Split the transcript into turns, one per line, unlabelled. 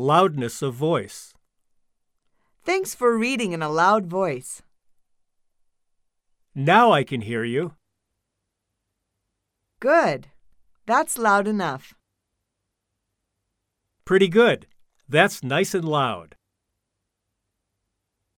Loudness of voice.
Thanks for reading in a loud voice.
Now I can hear you.
Good. That's loud enough.
Pretty good. That's nice and loud.